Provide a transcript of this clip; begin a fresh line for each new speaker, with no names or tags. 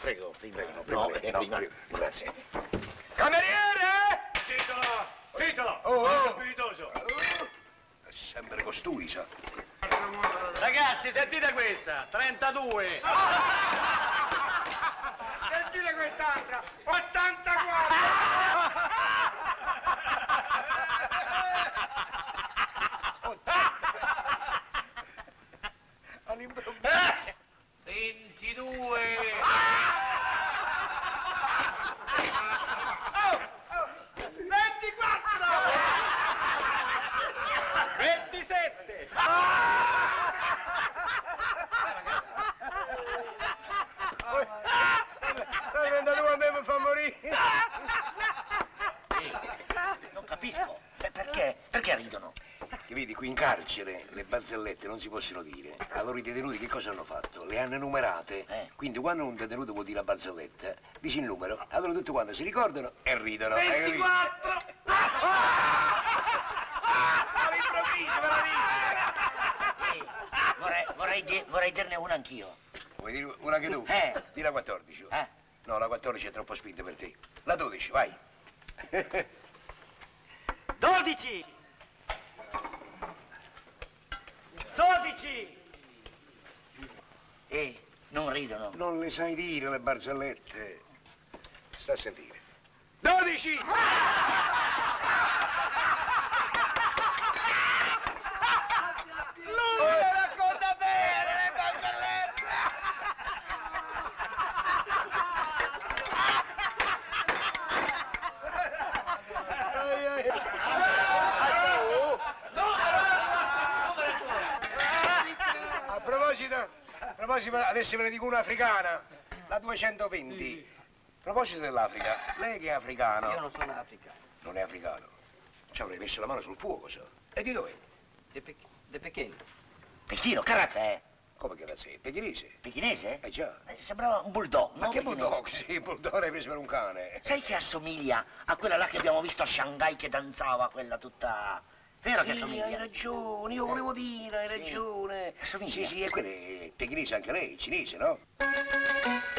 Prego, prima, prima,
No, eh,
prima,
no,
prima,
prima.
grazie.
Cameriere!
Titola! Titola!
Oh, oh.
Sono spiritoso! È Eh, sempre costui, sa.
Ragazzi, sentite questa, 32.
Sentite quest'altra, 84!
Eh,
22! Ventiquattro!
27.
Non capisco. Beh, Eh, perché? Perché ridono?
Che vedi, qui in carcere le barzellette non si possono dire. Allora i detenuti che cosa hanno fatto? Le hanno numerate.
Eh.
Quindi quando un detenuto vuol dire una barzelletta, dici il numero. Allora tutti quanti si ricordano e ridono. Hai capito?
24!
Ah! All'improvviso, me vorrei, vorrei, di- vorrei dirne una anch'io.
Vuoi dire una che tu?
Eh.
Di la 14. oh.
Eh?
No, la 14 è troppo spinta per te. La 12, vai.
12. 12.
E non ridono.
Non le sai dire le barzellette. Sta a sentire.
12.
A proposito, a proposito, adesso ve ne dico una africana, la 220. A proposito dell'Africa, lei che è africano. Io non sono africano. Non è africano. Ci avrei messo la mano sul fuoco, so. E di dove?
De, Pe- de Pechino.
Pechino, che razza è?
Come che razza è? Pechinese?
Pechinese?
Eh già.
Eh, Sembrava un bulldog.
Ma
non
che
pechinese.
bulldog? Sì, il bulldog l'hai preso per un cane.
Sai che assomiglia a quella là che abbiamo visto a Shanghai che danzava, quella tutta... Vero che
Sì,
assomiglia?
hai ragione, io volevo dire, hai
Sì.
ragione.
Assomiglia.
Sì, sì, e quella è pechinese anche lei, cinese, no?